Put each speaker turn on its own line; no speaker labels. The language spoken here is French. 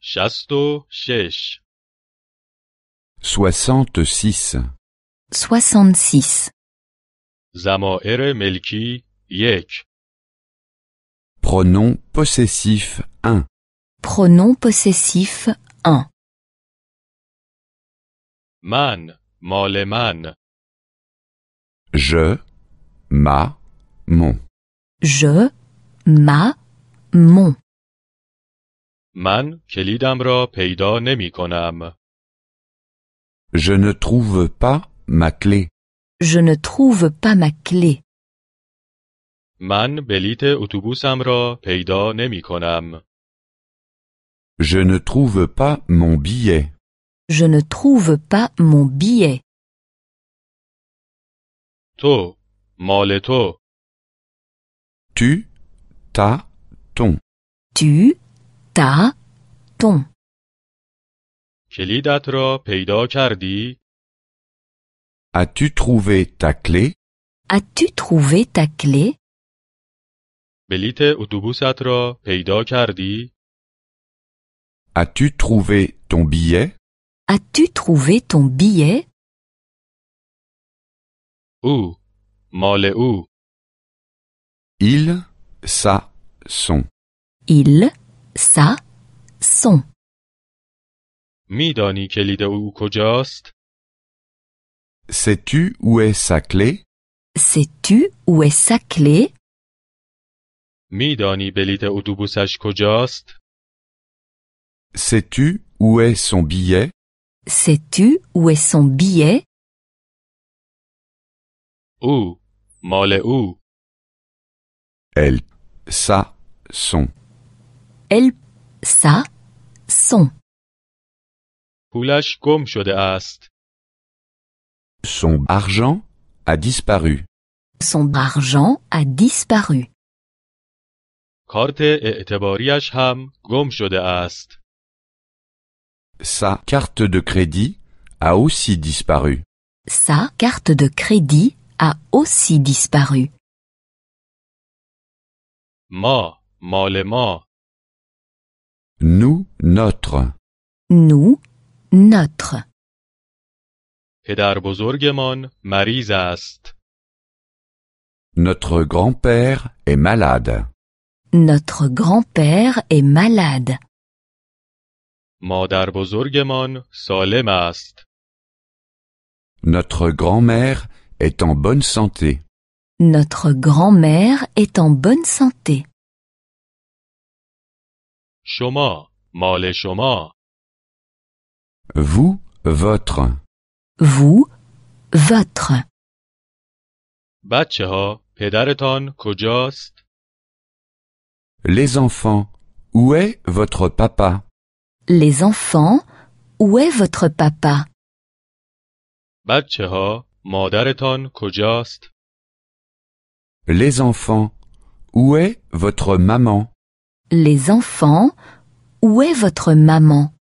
شست و شش
66.
66.
زمائر ملکی یک
Pronom possessif 1.
Pronom possessif 1.
من مال من
Je, ma, mon.
Je, ma, mon.
من کلیدم را پیدا نمی کنم
Je ne trouve pas ma clé.
Je ne trouve pas ma clé.
من بلیت اتوبوسم را پیدا نمی کنم
Je ne trouve pas mon billet.
Je ne trouve pas mon billet.
تو مال تو
Tu, ta, ton.
Tu, ta, ton.
کلیدت را پیدا کردی
As-tu trouvé ta clé
As-tu trouvé ta clé
بلیت اتوبوست را پیدا کردی
As-tu trouvé ton billet
As-tu trouvé ton billet
او مال او
Il, sa, son.
Il, ça, son.
میدانی کلید او کجاست
Sais-tu où est sa clé
Sais-tu où est sa clé
میدانی بلیت اتوبوسش کجاست
Sais-tu où est son billet
Sais-tu où est son billet
او مال او
Elle, sa, son.
Elle, ça, son.
پولش گم شده است
Son argent a disparu.
Son argent a disparu.
کارت اعتباریش هم گم شده است
Sa carte de crédit a aussi disparu.
Sa carte de crédit a aussi disparu.
ما مال ما
Nous, notre.
Nous, notre.
پدر بزرگمان مریض است
Notre grand-père est malade.
Notre grand-père est malade.
مادر بزرگمان سالم است
Notre grand-mère est en bonne santé.
Notre grand-mère est en bonne santé.
شما مال شما
Vous, votre.
Vous, votre.
بچه ها پدرتان کجاست
Les enfants, où est votre papa
Les enfants, où est votre papa
بچه ها مادرتان کجاست
Les enfants, où est votre maman
Les enfants, où est votre maman